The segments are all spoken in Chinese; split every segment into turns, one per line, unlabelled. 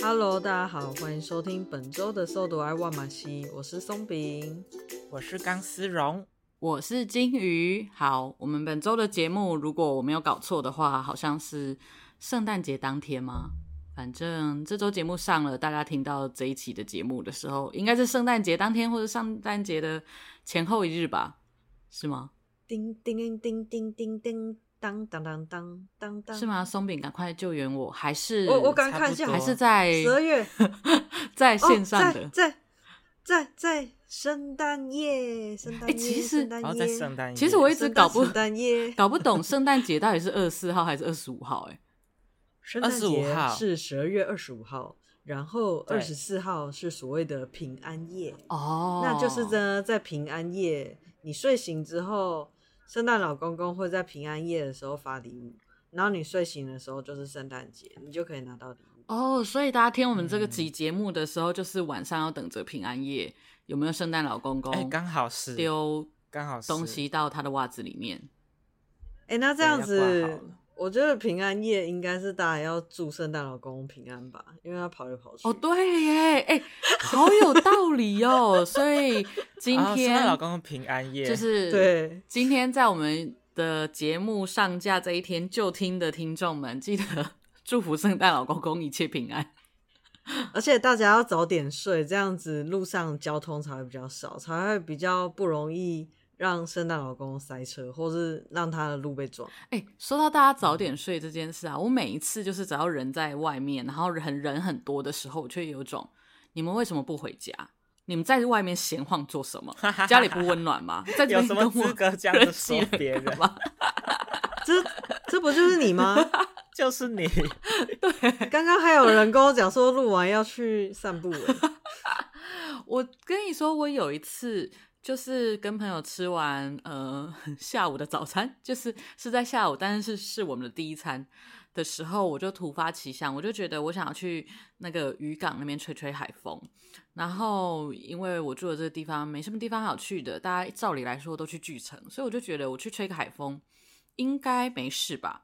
Hello，大家好，欢迎收听本周的《搜读爱万马西》，我是松饼。
我是钢丝绒，
我是金鱼。好，我们本周的节目，如果我没有搞错的话，好像是圣诞节当天吗？反正这周节目上了，大家听到这一期的节目的时候，应该是圣诞节当天或者圣诞节的前后一日吧？是吗？
叮叮铃叮叮叮叮当当当当当当，
是？吗？松饼，赶快救援我！还是
我我 刚看一下，
差
哦
不
还
多
是在
十二月
在
哦
线上的、
在在在在圣诞夜，圣诞夜，
哎其实
圣诞
然后哦在
夜，
圣诞夜，
其实我一直搞不
圣诞夜，
搞不懂圣诞节到底是二十四号还是二十五号、哎，
圣诞节
25号
是十二月二十五号，然后
对
二十四号是所谓的平安夜。
哦，
那就是呢，在平安夜你睡醒之后，圣诞老公公会在平安夜的时候发礼物，然后你睡醒的时候就是圣诞节，你就可以拿到礼物。
哦，所以大家听我们这
嗯
个集节目的时候，就是晚上要等着平安夜，有没有圣诞老公
哎，
公
刚好是
哦丢
刚好是哦
东西到他的袜子里面？
哎、那这
对
样
要挂好
子
了，
我觉得平安夜应该是大家要祝圣诞老公公平安吧，因为他跑来跑去。
哦，对耶，哎、好有道理哦。所以今
哦圣
天、
诞老公公平安夜，
就是
对，
今天在我们的节目上架这一天就听的听众们，记得 祝福圣诞老公公一切平安。
而且大家要早点睡，这样子路上交通才会比较少，才会比较不容易让圣诞老公公塞车，或是让他的路被撞。
哎、说到大家
嗯
早点睡这件事啊，我每一次就是只要人在外面，然后很人很多的时候，我却有种你们为什么不回家？你们在外面闲晃做什么？家里不温暖吗？在这
有
边
什
跟
么
我
资格这样
人
子说
挤人
别人？
吗？
这这不就是你吗？
就是你，
刚刚还有人跟我讲说录完要去散步、欸，
我跟你说，我有一次就是跟朋友吃完呃 下午的早餐，就是是在下午，但是是我们的第一餐的时候，我就突发奇想，我就觉得我想要去那个渔港那边吹吹海风。然后因为我住的这个地方没什么地方好去的，大家照理来说都去巨城，所以我就觉得我去吹个海风应该没事吧。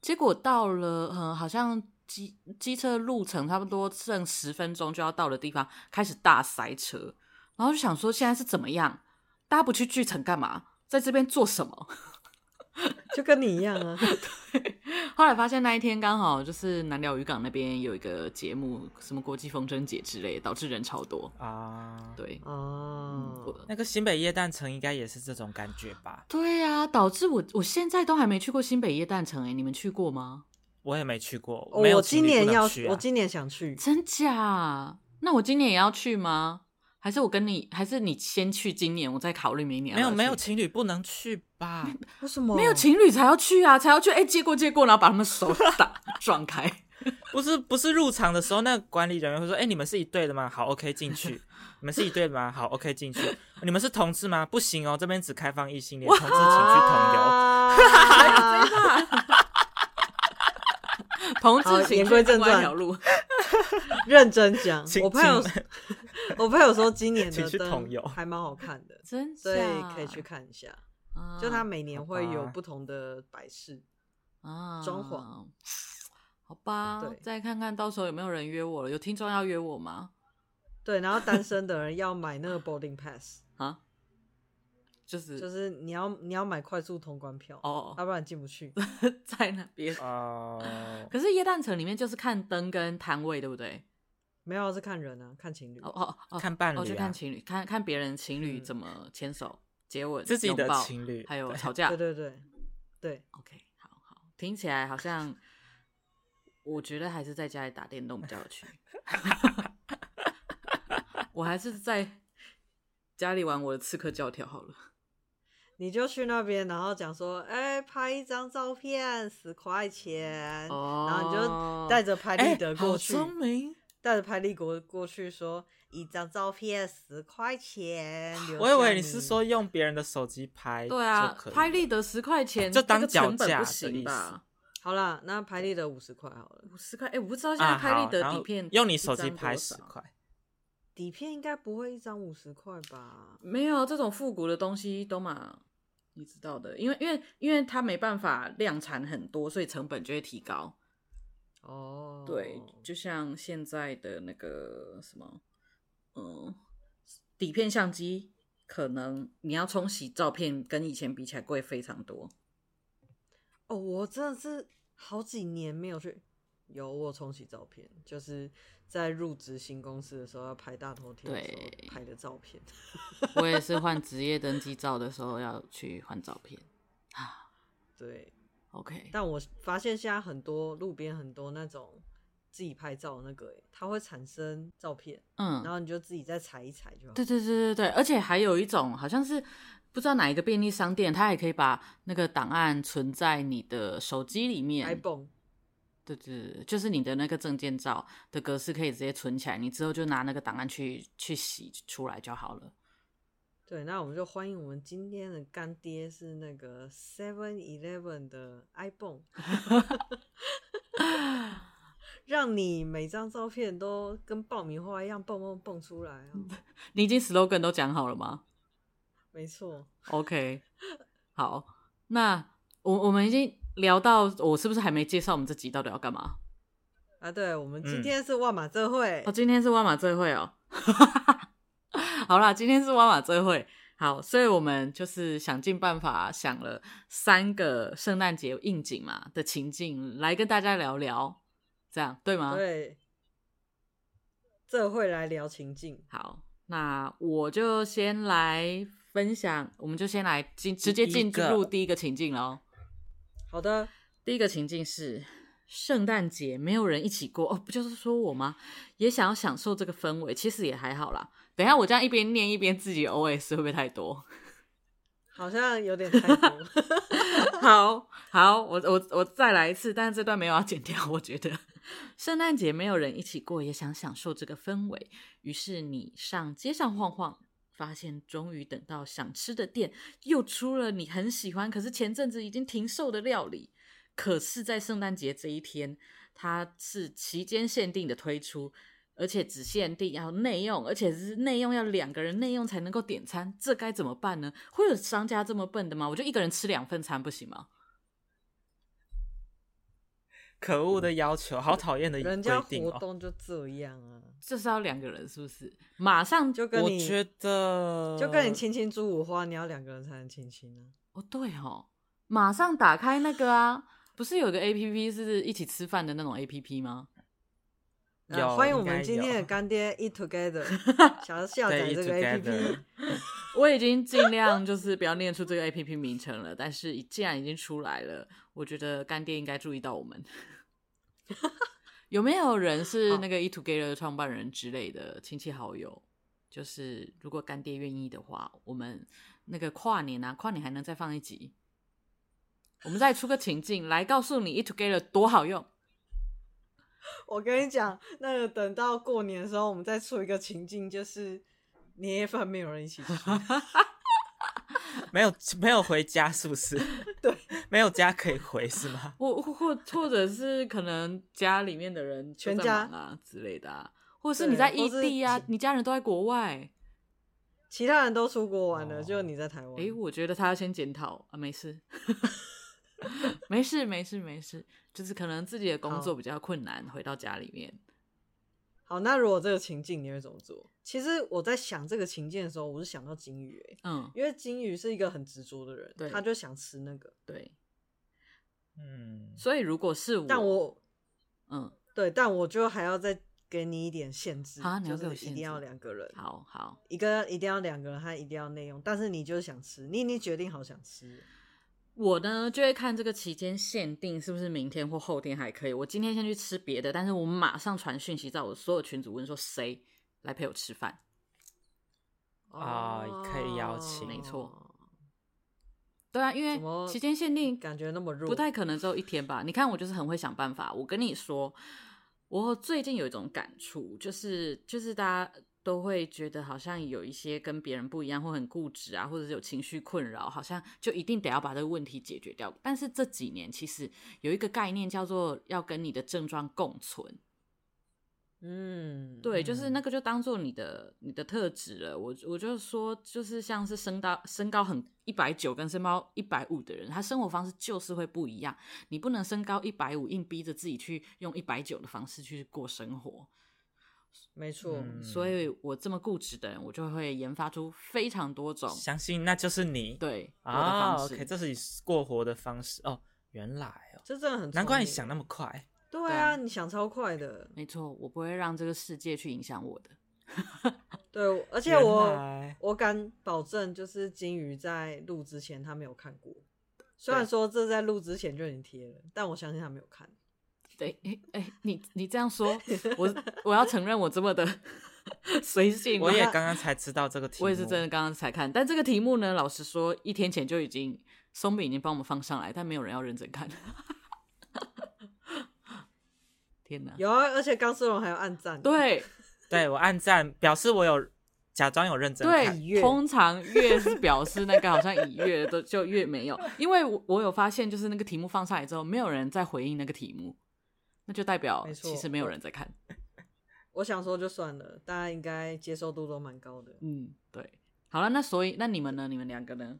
结果到了，嗯，好像机机车路程差不多剩十分钟就要到的地方，开始大塞车，然后就想说现在是怎么样？大家不去巨城干嘛？在这边做什么？
就跟你一样啊。
后来发现那一天刚好就是南寮渔港那边有一个节目，什么国际风筝节之类的，导致人超多。
啊，
对，嗯
哦，
那个新北夜诞城应该也是这种感觉吧？
对呀、啊，导致我我现在都还没去过新北耶诞城哎、你们去过吗？
我也没去过，
哦
没有
我
情
今
侣不
年
能
要，
去啊
我今年想去。
真假？那我今年也要去吗？还是我跟你，还是你先去今年，我再考虑明年
没
要
有
不要去。
没有情侣不能去 吧？
为什么
没有？情侣才要去啊，才要去哎、借过借过，然后把他们手打 撞开。
不是不是，入场的时候那个管理人员会说：“哎、你们是一对的吗？好，OK 进去。 你们是一对的吗？好，OK 进去。你们是同志吗？不行哦，这边只开放异性恋，同志请去同游。
啊
同
好
志情
言归
绪
正
另
传
外一 条路。
认真讲，
请
我朋友
请，
我朋友说今年
请
的
去
灯
同游
还蛮好看的，
真
所
假？
以可以去看一下。
啊，
就它每年会有
好吧
不同的摆饰。
啊
装潢。
好吧
对，
再看看到时候有没有人约我了。有听众要约我吗？
对，然后单身的人要买那个 boarding pass，
啊，就是
就是你要你要买快速通关票，
哦
要不然进不去。
在那边。
哦，
可是耶诞城里面就是看灯跟摊位，对不对？
没有是看人啊，看情侣
哦。哦哦，
看伴
哦，去
侣、
看
啊，
情侣，看看别人情侣
嗯
怎么牵手、接吻、
自己的
拥抱
情侣
还有
对
吵架。
对对对对，
OK，好好，听起来好像，我觉得还是在家里打电动比较有趣。 我还是在家里玩我的刺客教条好了。
你就去那边，然后讲说，哎、拍一张照片十块钱，
哦，
然后你就带着拍立得过去，
哎好聪明。
带着拍立国过去说，一张照片十块钱。留
啊我以为
下
你是说用别人的手机拍，
对啊，拍立得十块钱，
就当
这个成
脚
本
架
不
的
行
意
吧？
好啦，那拍立得五十块好了，
五十块，哎，我不知道现在
啊，
拍
好，
立得
然
底
后
片
用你
一
手机
张多
拍十
少
块，
底片应该不会一张五十块吧？
没有这种复古的东西都嘛，你知道的，因为因为因为它没办法量产很多，所以成本就会提高。
哦，
对，就像现在的那个什么，嗯，底片相机可能你要冲洗照片，跟以前比起来贵非常多。
哦，我真的是好几年没有去。有我有冲洗照片，就是在入职新公司的时候要拍大头贴的时
对
候拍的照片。
我也是换职业登记照的时候要去换照片。
对，
OK，
但我发现现在很多路边很多那种自己拍照的那个、欸，它会产生照片，
嗯
然，后你就自己再裁一裁就好。
对对对对对，而且还有一种好像是不知道哪一个便利商店，它也可以把那个档案存在你的手机里面。
，iPhone
对对对，就是你的那个证件照的格式可以直接存起来，你之后就拿那个档案去去洗出来就好了。
对，那我们就欢迎我们今天的干爹是那个 Seven Eleven 的 iPhone，让你每张照片都跟爆米花一样蹦蹦蹦出来啊！
嗯
你已经 slogan 都讲好了吗
没错，
？OK，好，那我我们已经聊到，我是不是还没介绍我们这集到底要干嘛？
啊，对，我们今
嗯
天是万马这会，
哦，今天是万马最会哦。 好啦，今天是万马最会。好，所以我们就是想尽办法想了三个圣诞节应景嘛的情境来跟大家聊聊，这样对吗？
对，这会来聊情境，
好，那我就先来分享，我们就先来进直接进
第一个
入第一个情境喽。
好的，
第一个情境是圣诞节没有人一起过哦，不就是说我吗？也想要享受这个氛围，其实也还好啦。等一下我这样一边念一边自己 OS 会不会太多？
好像有点太 多，
好好，我我我再来一次，但是这段没有要剪掉。我觉得 圣诞节没有人一起过，也想享受这个氛围，于是你上街上晃晃。发现终于等到想吃的店又出了你很喜欢，可是前阵子已经停售的料理。可是，在圣诞节这一天，它是期间限定的推出，而且只限定要内用，而且是内用要两个人内用才能够点餐，这该怎么办呢？会有商家这么笨的吗？我就一个人吃两份餐不行吗？
可恶的要求，好讨厌的
人
规
家
定
活
哦。
动就这样啊，
就是要两个人，是不是？马上就
就跟
我
你
觉得
就跟你亲亲猪五花，你要两个人才能亲亲啊。
哦，对哦，马上打开那个啊，不是有个 A P P 是一起吃饭的那种 A P P 吗？
啊
有
欢迎我
应该
们今天 的
有
干爹 Eat Together，想要下载
对
这个
Eat
APP，
Together
我已经尽量就是不要念出这个 A P P 名称了，但是既然已经出来了，我觉得干爹应该注意到我 们。有没有人是那个 E Together 的创办人之类的亲戚好友？就是如果干爹愿意的话，我们那个跨年啊，跨年还能再放一集，我们再出个情境来告诉你 E Together 多好用。
我跟你讲，那个等到过年的时候，我们再出一个情境，就是年夜饭没有人一 起吃，
没有没有回家是不 是？
对，
没有家可以回是吗？
或或或或者是可能家里面的人
全
都在
家
忙啊之类的啊，或者是
对
你在
或
异
是
地啊
几，
你家人都在国外。
其他人都出国玩了，
哦
就你在台湾。
诶，我觉得他要先检讨啊，没事， 没事，没事，没事，就是可能自己的工作
好
比较困难，回到家里面。
好，那如果这个情境你会怎么做？其实我在想这个情境的时候，我是想到金鱼、欸，
嗯，
因为金鱼是一个很执着的人
对，
他就想吃那个。
对。
嗯，
所以如果是我，
但我
嗯，
对，但我就还要再给你一点限制，
啊你要
就
给我
是一
限
定要
制
两个人，
好好，
一个一定要两个人，他一定要内用，但是你就是想吃，你已经决定好想吃了。
我呢就会看这个期间限定是不是明天或后天还可以。我今天先去吃别的，但是我马上传讯息在我所有群组问说谁来陪我吃饭。
啊可以邀请
没错，
哦
对啊，因
怎么
为期间限定
感觉那么弱，
不太可能只有一天吧？你看我就是很会想办法。我跟你说，我最近有一种感触，就是就是大家都会觉得好像有一些跟别人不一样，或很固执啊，或者是有情绪困扰，好像就一定得要把这个问题解决掉。但是这几年其实有一个概念叫做要跟你的症状共存。
嗯，
对，就是那个就当做你的你的特质了。我我就说，就是像是身高身高很一百九跟身高一百五的人，他生活方式就是会不一样。你不能身高一百五，硬逼着自己去用一百九的方式去过生活。
没错，
嗯
所以我这么固执的人，我就会研发出非常多种
相信那就是你
对我的
啊、
方
o
式。
k 这是你过活的方式哦。原来哦，
这真的很
难怪你
聪明
想那么快。
对啊，你想超快的，
没错，我不会让这个世界去影响我的。
对，而且
原
我
来
我敢保证，就是金鱼在录之前他没有看过，虽
对
然说这在录之前就已经贴了，但我相信他没有看。
对，哎、哎、你你这 样说，我我要承认我这么的 随性。啊
我也刚刚才知道这个题目，
我也是真的刚刚才看，但这个题目呢，老实说，一天前就已经松饼已经帮我们放上来，但没有人要认真看。天哪！
有啊，而且刚丝绒还有暗赞，，
对
嗯对我按赞，表示我有假装有认真看。
喜悦
对，通常越是表示那个好像已阅的，都就越没有，因为我我有发现，就是那个题目放上来之后，没有人在回应那个题目，那就代表
没错
其实没有人在看。
我想说就算了，大家应该接受度都蛮高的。
嗯，对。好了，那所以那你们呢？你们两个呢？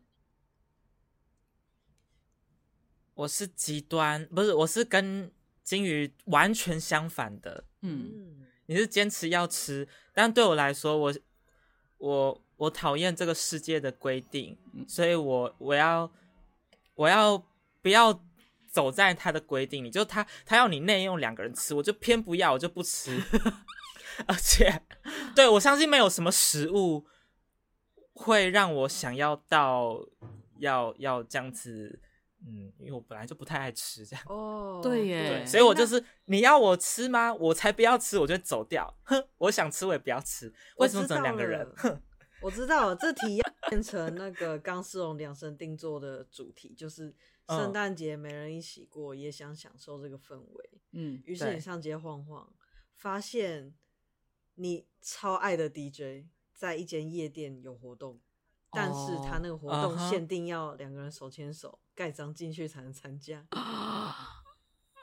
我是极端，不是，我是跟金鱼完全相反的。
嗯
嗯，
你是坚持要吃，但对我来说，我我我讨厌这个世界的规定，
嗯
所以我我要我要不要走在他的规定里？就他他要你内用两个人吃，我就偏不要，我就不吃。而且，对我相信没有什么食物会让我想要到要要这样子，嗯，因为我本来就不太爱吃这样。
哦，
对耶
对，
哎
所以我就是你要我吃吗？我才不要吃，我就走掉。哼，我想吃我也不要吃，为什么只有两个人
我？知 我知道了，这题要变成那个刚丝绒量身定做的主题，就是圣
嗯
诞节没人一起过，也想享受这个氛围。
嗯，
于是你
对
上街晃晃，发现你超爱的 DJ 在一间夜店有活动，但是他那个活
啊
动
哈
限定要两个人手牵手盖章进去才能参加。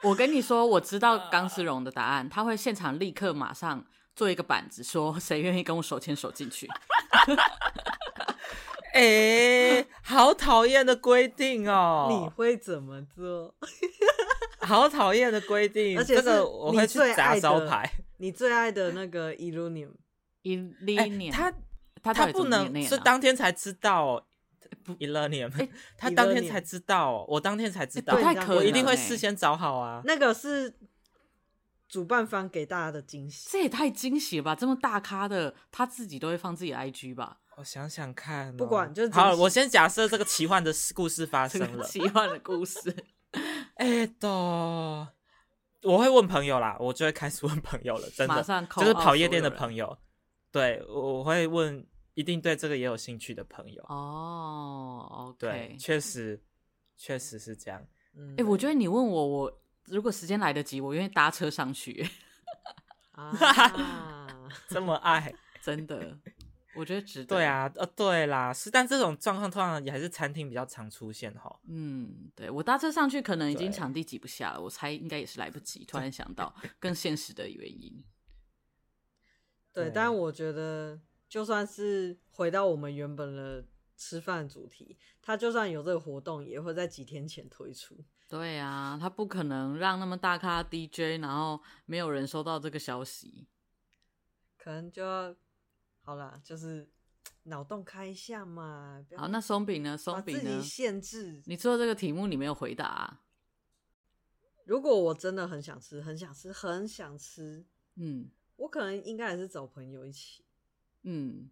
我跟你说，我知道钢丝绒的答案，他会现场立刻马上做一个板子，说谁愿意跟我手牵手进去。
哎、好讨厌的规定
你
哦！
会怎么做？
好讨厌的规定，
而且
这
是
个我
你
会去
最爱
砸
的
招牌。
你最爱的那个 Illunium，
一一
哎、
年，
他
他到
他
底
不
怎么
能
念啊
是当天才知道哦。e l e n i u m
哎
他当天
Elenium
才知道哦，我当天才知道，
不太可
我一定
能欸
会
哎
事先找好啊。
那个是主办方给大家的惊喜。
这也太惊喜了吧！这么大咖的，他自己都会放自己的 IG 吧？
我想想看哦、
不管就是
好，
惊喜
我先假设这个奇幻的故事发
这
生
个
了，
奇幻的故事，
哎的，我会问朋友啦，我就会开始问朋友了，真
马
的，
上扣
就是跑夜店的
友
朋友，对我我会问一定对这个也有兴趣的朋友，
哦。
对
OK，，
确实确实是 这样，
嗯，
哎，我觉得你问我，我如果时间来得及，我愿意搭车上去，
啊，
这么爱，
真 的，我觉得值得。
对，啊，呃，对啦，是，但这种状况通常也还是餐厅比较常出现哈，
嗯，对我搭车上去，可能已经
对
场地挤不下了，我猜应该也是来不及。突然 想到更现实的原因，
对，
对
但我觉得就算是回到我们原本的吃饭主题，它就算有这个活动，也会在几天前推出。
对啊，他不可能让那么大咖 DJ，然后没有人收到这个消息。
可能就要好啦，就是脑洞开一下嘛。不要
好，那松饼呢？松
把
饼
自
呢
己？限制。
你做这个题目，你没有回答、啊。
如果我真的很想吃，很想吃，很想吃，
嗯
我可能应该还是找朋友一起。
嗯，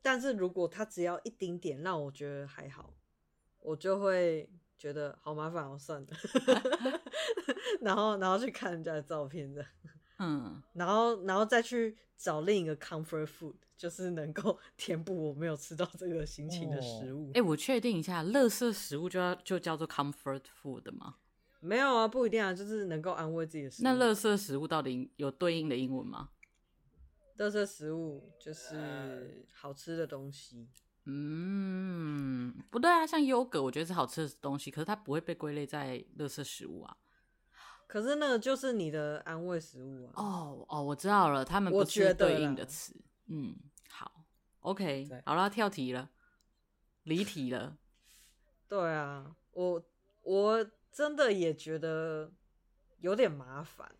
但是如果他只要一丁点让我觉得还好，我就会觉得好麻烦哦，算了。 然后，然后去看人家的照片这样。
嗯，
然后，然后再去找另一个 comfort food，就是能够 填补我没有吃到这个心情的食物。
哎、我确定一下，垃圾食物就要就叫做 comfort food 的吗？
没有啊，不一定啊，就是能够安慰自己的食物。
那垃圾食物到底有对应的英文吗？
垃圾食物
呃
就是好吃的东西，
嗯，不对啊，像优格，我觉得是好吃的东西，可是它不会被归类在垃圾食物啊。
可是那个就是你的安慰食物啊。
哦哦，我知道了，他们
我
不
觉
是
得
对应
啦
的词。嗯，好，OK，
对
好了，跳题了，离题了。
对啊，我我真的也觉得有点麻烦。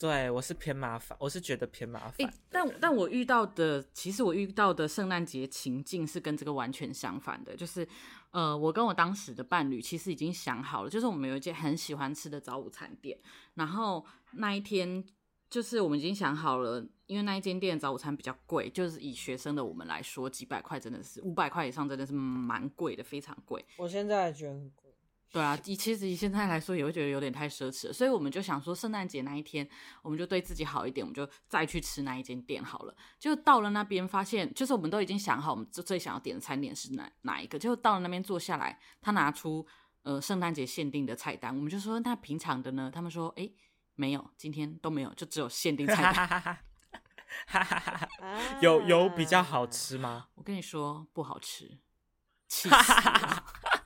对我是偏麻烦，我是觉得偏麻
诶、
烦。
但但我遇到的，其实我遇到的圣诞节情境是跟这个完全相反的，就是，呃，我跟我当时的伴侣其实已经想好了，就是我们有一间很喜欢吃的早午餐店，然后那一天就是我们已经想好了，因为那一间店的早午餐比较贵，就是以学生的我们来说，几百块真的是五百块以上真的是蛮贵的，非常贵。
我现在也觉得很贵。
对啊，以其实以现在来说，也会觉得有点太奢侈了，所以我们就想说，圣诞节那一天，我们就对自己好一点，我们就再去吃那一间店好了。就到了那边，发现就是我们都已经想好，我们最最想要点的餐点是哪哪一个。就到了那边坐下来，他拿出呃圣诞节限定的菜单，我们就说那平常的呢？他们说诶没有，今天都没有，就只有限定菜
哈
单。
哈哈哈哈哈哈！
啊
有有比较好
啊。
吃吗？
我跟你说不好吃，气死了！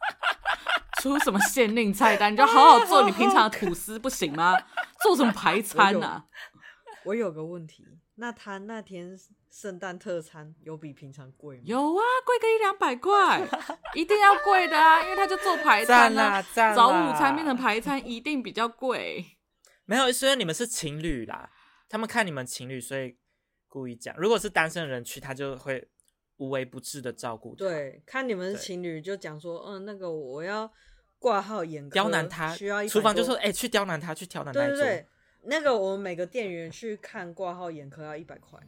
出什么限定菜单？你就好好做你平常的吐司不行吗？做什么排餐啊？
我有个问题，那他那天圣诞特餐有比平常贵吗？
有啊，贵个一两百块，一定要贵的啊，因为他就做排餐啊。
啦赞啦！
早午餐变成排餐一定比较贵。
没有，是因为你们是情侣啦，他们看你们情侣，所以故意讲。如果是单身人去，他就会无微不至的照顾他，
对，看你们是
对
情侣就讲说，嗯，那个我要挂号眼科，
刁难他
需要一。
厨房就
100
说：“
多，
哎、去刁难他，去刁难那
对对
一桌。
对，那个我们每个店员去看挂号眼科要一百块。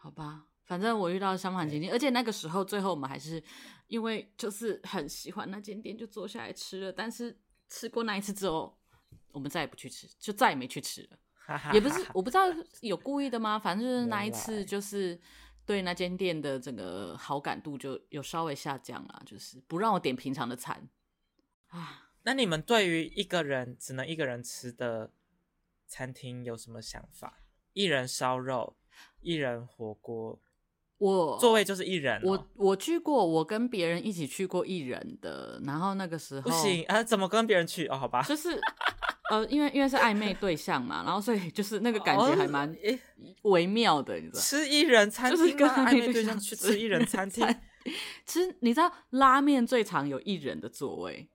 好吧，反正我遇到相反情境，而且那个时候最后我们还是因为就是很喜欢那间店，就坐下来吃了。但是吃过那一次之后，我们再也不去吃，就再也没去吃了。
哈啊哈哈
也不是，我不知道有故意的吗？反正就是那一
原来
次，就是对那间店的整个好感度就有稍微下降啦，就是不让我点平常的餐啊。
那你们对于一个人只能一个人吃的餐厅有什么想法？一人烧肉，一人火锅，
我
座位就是一人、哦。
我我去过，我跟别人一起去过一人的，然后那个时候
不行啊，怎么跟别人去？哦，好吧，
就是呃，因为因为是暧昧对象嘛，然后所以就是那个感觉还蛮
哦诶
微妙的，你知道。
吃一人餐
就是
厅
跟
吗，
暧
暧
昧
昧
对
对
象
象去吃一人餐 厅，
其实你知道拉面最常有一人的座位，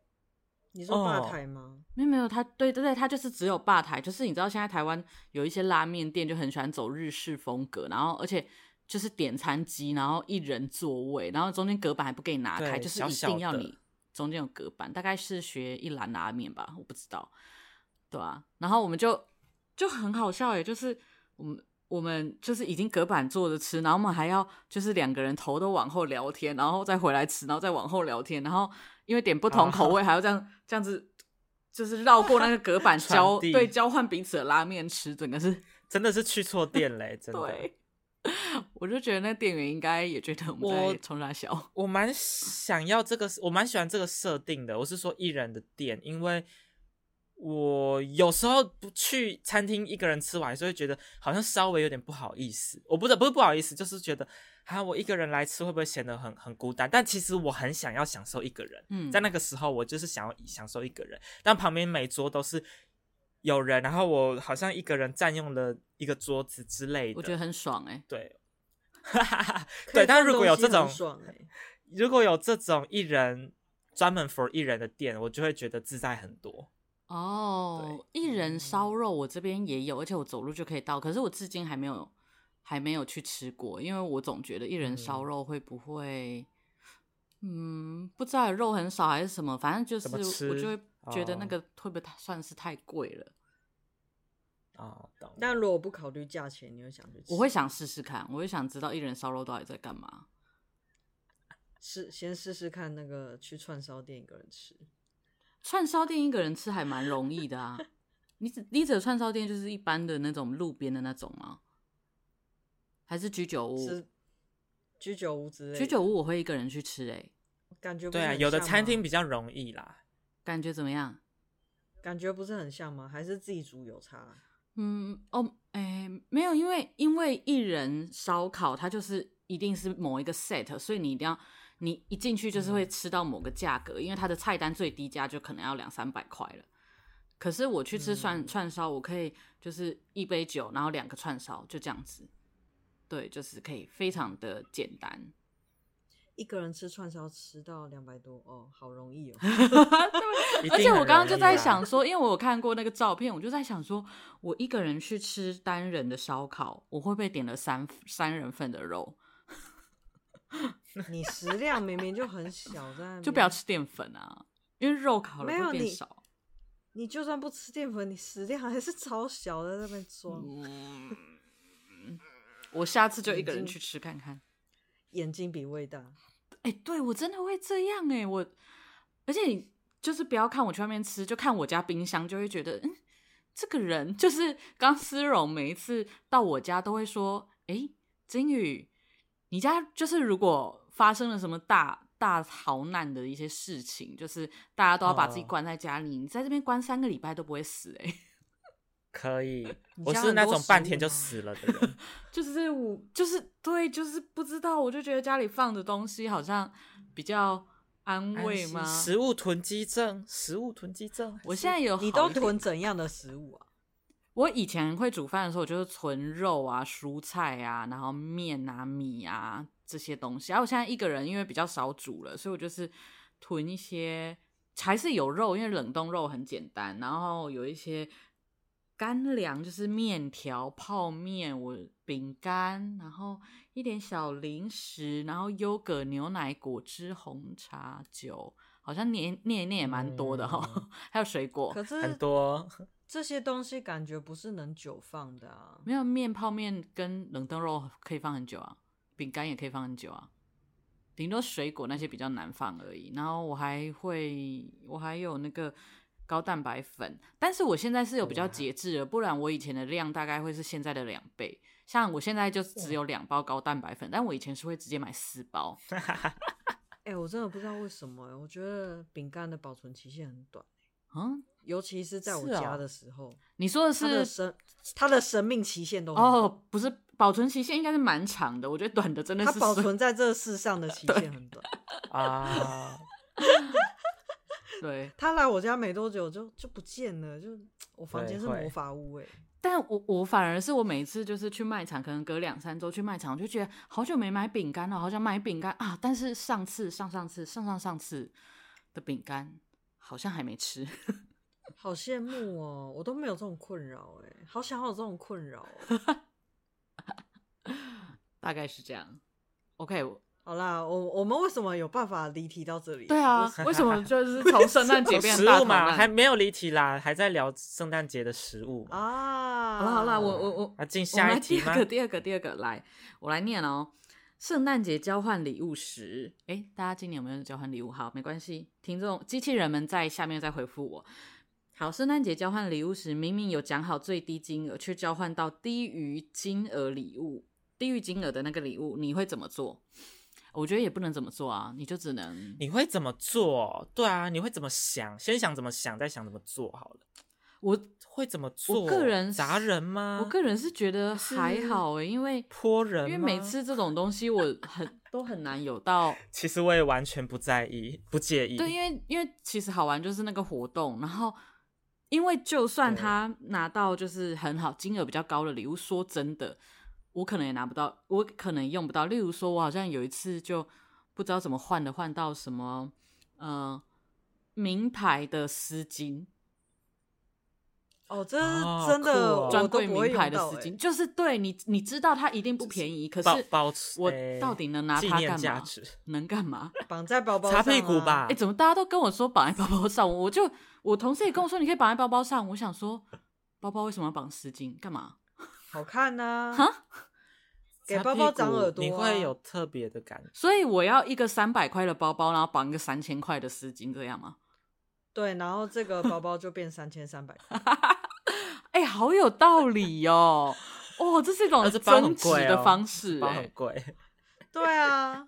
你说吧
哦
台吗？
没有没有，他对对对，他就是只有吧台，就是你知道现在台湾有一些拉面店就很喜欢走日式风格，然后而且就是点餐机，然后一人座位，然后中间隔板还不给你拿开，
对
就是
小
一
小
定要
的
你中间有隔板，大概是学一兰拉面吧，我不知道，对啊，然后我们就就很好笑耶，就是我们。我们就是已经隔板坐着吃，然后我们还要就是两个人头都往后聊天，然后再回来吃，然后再往后聊天，然后因为点不
啊
同口味，还要这样这样子，就是绕过那个隔板
传
交
递
对交换彼此的拉面吃，整个是
真的是去错店 嘞，真的。
对。我就觉得那店员应该也觉得我们
我
在冲他笑，
我蛮想要这个，我蛮喜欢这个设定的。我是说一人的店，因为我有时候不去餐厅一个人吃完，还是会觉得好像稍微有点不好意思。我不是不是不好意思，就是觉得啊，我一个人来吃会不会显得很很孤单？但其实我很想要享受一个人。
嗯
在那个时候，我就是想要享受一个人，但旁边每桌都是有人，然后我好像一个人占用了一个桌子之类的。
我觉得很爽哎、
对，哈哈哈。
可以
对，但
看
如果
东
有
西
这
很
种
爽欸
如果有这种一人专门 for 一人的店，我就会觉得自在很多。
哦，一
嗯
人烧肉我这边也有，而且我走路就可以到，可是我至今还没有还没有去吃过，因为我总觉得一人烧
嗯
肉会不会，嗯不知道肉很少还是什么，反正就
怎么
是我
吃
就会觉得那
哦
个会不会太算是太贵了，
哦，懂。
那如果不考虑价钱，你会想去吃？
我会想试试看，我会想知道一人烧肉到底在干嘛。
试先试试看那个去串烧店一个人吃。
串烧店一个人吃还蛮容易的 啊。你指你指的串烧店就是一般的那种路边的那种吗？还是居酒
哦
屋
是？居酒屋之类的。
居酒屋我会一个人去吃、欸，哎，
感觉不是
对啊，
很
有的
像
餐
吗
厅比较容易啦。
感觉怎么样？
感觉不是很像吗？还是自己煮有差？啊
嗯，哦，哎、没有，因为因为一人烧烤它就是一定是某一个 set，所以你一定要你嗯一进去就是会吃到某个价格，因为它的菜单最低价就可能要两三百块了。可是我去吃串、
嗯
串烧，我可以就是一杯酒，然后两个串烧，就这样子。对，就是可以非常的简单。
一个人吃串烧吃到两百多哦，好容易 哦。
一定
而且我
很
刚刚
容
就
易啊
在
啦
想说，因为我有看过那个照片，我就在想说，我一个人去吃单人的烧烤，我会不会点了三三人份的肉，
你食量明明就很小，在那边
就不要吃淀粉啊？因为肉烤
嗯
了
没有
会变
你
少。
你就算不吃淀粉，你食量还是超小的，在那边装、
嗯，我下次就一个人
眼睛
去吃看看。
眼睛比胃大。
哎、对我真的会这样哎、我而且你就是不要看我去外面吃，就看我家冰箱，就会觉得嗯，这个人 就是刚丝绒每一次到我家都会说，哎、金宇，你家就是如果发生了什么大大逃难的一些事情，就是大家都要把自己
哦
关在家里，你在这边关三个礼拜都不会死哎、
可以，
你
我
家
是
很
那
多
种
食
半
物
天就
吗
死了的人。
就是我就是对，就是不知道，我就觉得家里放的东西好像比较 安
安
慰
心
吗？
食物囤积症，食物囤积症还是。
我现在有
你
哎好
都
一点
囤怎样的食物 啊？
我以前会煮饭的时候，我就是存肉啊、蔬菜啊，然后面啊、米啊这些东西。然后我现在一个人，因为比较少煮了，所以我就是囤一些，还是有肉，因为冷冻肉很简单。然后有一些干粮，就是面条、泡面、我饼干，然后一点小零食，然后优格、牛奶、果汁、红茶、酒，好像念念一念也蛮多的哈、
嗯
还有水果。
可是
很多，
这些东西感觉不是能久放的啊。
没有面泡面跟冷冻肉可以放很久啊，饼干也可以放很久啊，顶多水果那些比较难放而已。然后我还会，我还有那个高蛋白粉，但是我现在是有比较
啊
哇
节制了，不然我以前的量大概会是现在的两倍。像我现在就只有两包高蛋白粉，但我以前是会直接买四包。
哎、我真的不知道为什么、欸，我觉得饼干的保存期限很短，
嗯，
尤其是在我
是哦
家的时候，
你说的
它的
是
生它的生命期限都很短，
哦，不是保存期限应该是蛮长的，我觉得短的真的
它
是
保
水
存在这世上的期限很短。
啊，
对。
它来我家没多久就就不见了，就我房
对
间是
会
魔法屋哎、
但我我反而是我每一次就是去卖场，可能隔两三周去卖场，我就觉得好久没买饼干了，好想买饼干啊！但是上次、上上次、上上上次的饼干好像还没吃，
好羡慕哦！我都没有这种困扰哎、好想要有这种困扰哦、
大概是这样。OK，我
好啦，我我们为什么有办法离题到这里？
对啊，为什么就是从圣诞节变成
食
大
物
逃
嘛，还
难？
没有离题啦，还在聊圣诞节的食物
我啊，
好了好了，我我我
啊，进
我们
下
来
一
第
题吗
二？个，第二个，第二个，来，我来念哦。圣诞节交换礼物时，诶，大家今年有没有交换礼物？好，没关系，听众机器人们在下面再回复我。好，圣诞节交换礼物时，明明有讲好最低金额，却交换到低于金额礼物，低于金额的那个礼物，你会怎么做？我觉得也不能怎么做啊，你就只能
你会怎么做？对啊，你会怎么想？先想怎么想，再想怎么做好了。
我
会怎么做？
个人
砸人吗？
我个人是觉得还
是
好诶、因为
泼人吗，
因为每次这种东西我很都很难有到
其实我也完全不在意，不介意。
对，因为因为其实好玩就是那个活动，然后因为就算
对
他拿到就是很好金额比较高的礼物，说真的，我可能也拿不到，我可能用不到。例如说，我好像有一次就不知道怎么换的，换到什么呃名牌的丝巾，
哦，这是
哦
真的，
酷哦
我
专
都
柜
不会
名牌
用
的
到、
丝巾，
欸。
就是对你你知道它一定不便宜，可
保
是
保持
我
诶
到底能拿
纪
它
念
干
价
嘛？
值？
能干嘛？
绑在包包上、
擦
啊，
屁股吧
哎、？怎么大家都跟我说绑在包包上？我就我同事也跟我说你可以绑在包包上，我想说包包为什么要绑丝巾？干嘛？
好看呐、
哈
给
擦
包
屁
包长
股
耳朵、啊
你会有？特别的感觉。
所以我要一个三百块的包包，然后绑一个三千块的丝巾，这样吗？
对，然后这个包包就变三千三百 块，
哎、好有道理哦！哦，这 是一种
而且包
增
很
值
贵哦
的方式、
包
哎
很贵，
对啊，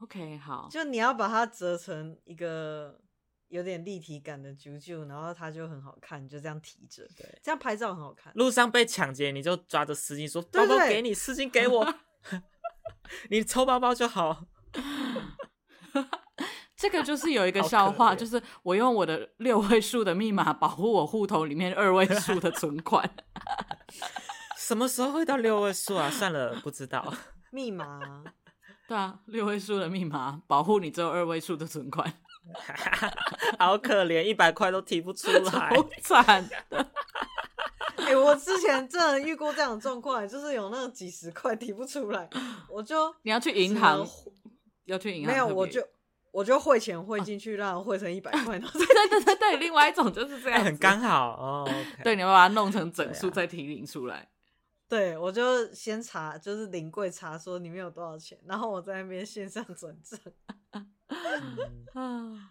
OK，好，
就你要把它折成一个有点立体感的啾啾，然后它就很好看，你就这样提着，
对
这样拍照很好看。
路上被抢劫，你就抓着丝巾说：“
对
包包
对
给你，丝巾给 我，你抽包包就好。
这个就是有一 个
好
笑
可
话，
怜
就是我用我的六位数的密码保护我户头里面二位数的存款。
什么时候会到六位数啊？算了，不知道。
密码，
对啊，六位数的密码保护你只有二位数的存款，
好可怜，一百块都提不出来
好。惨。
哎、我之前真的遇过这样的状况，欸就是有那几十块提不出 来，我就
你要去银
只
行
能，
要去银行
没有，
特别嗯
我就我就汇钱汇进去，让它汇成一百块，然 后再
对对对对，另外一种就是这
哎、
样，
很。刚好哦。OK
对，你要把它弄成整
对啊
数再提零出来。
对我就先查，就是临柜查说里面有多少钱，然后我在那边线上转账。
嗯
啊，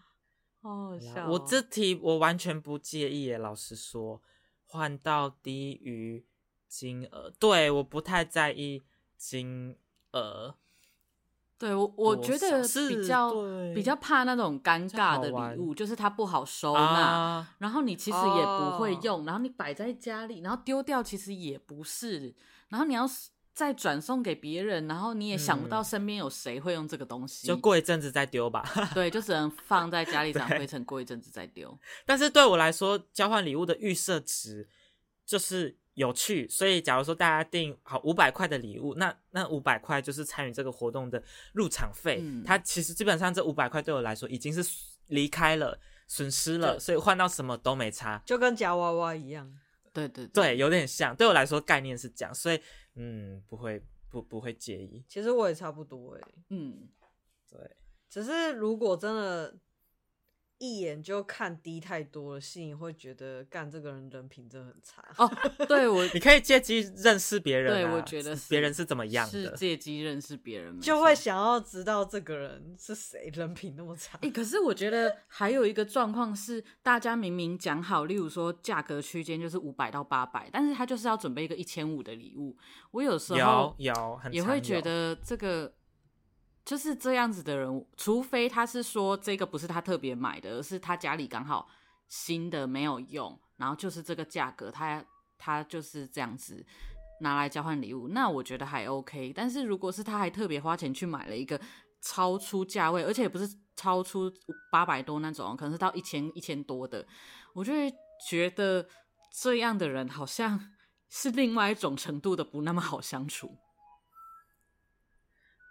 好好
好
笑
啦
哦、
我这题我完全不介意耶，老实说，换到低于金额，对，我不太在意金额。
对我我
多
觉
少
得
是
比较
对
比较怕那种尴
这样
尬
好
的
玩
礼物，就是它不好收纳，
啊，
然后你其实也不会
哦
用，然后你摆在家里，然后丢掉其实也不是，然后你要是再转送给别人，然后你也想不到
嗯
身边有谁会用这个东西，
就过一阵子再丢吧。
对，就只能放在家里长灰尘，过一阵子再丢。
但是对我来说，交换礼物的预设值就是有趣，所以假如说大家订好五百块的礼物，那那五百块就是参与这个活动的入场费。
嗯
它其实基本上这五百块对我来说已经是离开了、损失了，
对
所以换到什么都没差。
就跟夹娃娃一样。
对对
对，有点像，对我来说概念是这样，所以嗯，不会不不会介意。
其实我也差不多哎、
嗯，
对，
只是如果真的，一眼就看低太多了，吸引会觉得干这个人人品真的很差。
哦，对我
你可以借机认识别人、啊，
对我觉得
别
是
人是怎么样
是
的。
借机认识别人，没
就会
错。
想要知道这个人是谁，人品那么差。
哎、可是我觉得还有一个状况是，大家明明讲好，例如说价格区间就是五百到八百，但是他就是要准备一个一千五的礼物。我有时
有
候
有，很
也
常
会
有
觉得这个就是这样子的人，除非他是说这个不是他特别买的，而是他家里刚好新的没有用，然后就是这个价格，他他就是这样子拿来交换礼物，那我觉得还 OK。但是如果是他还特别花钱去买了一个超出价位，而且也不是超出八百多那种，可能是到一千一千多的，我就会觉得这样的人好像 是另外一种程度的不那么好相处。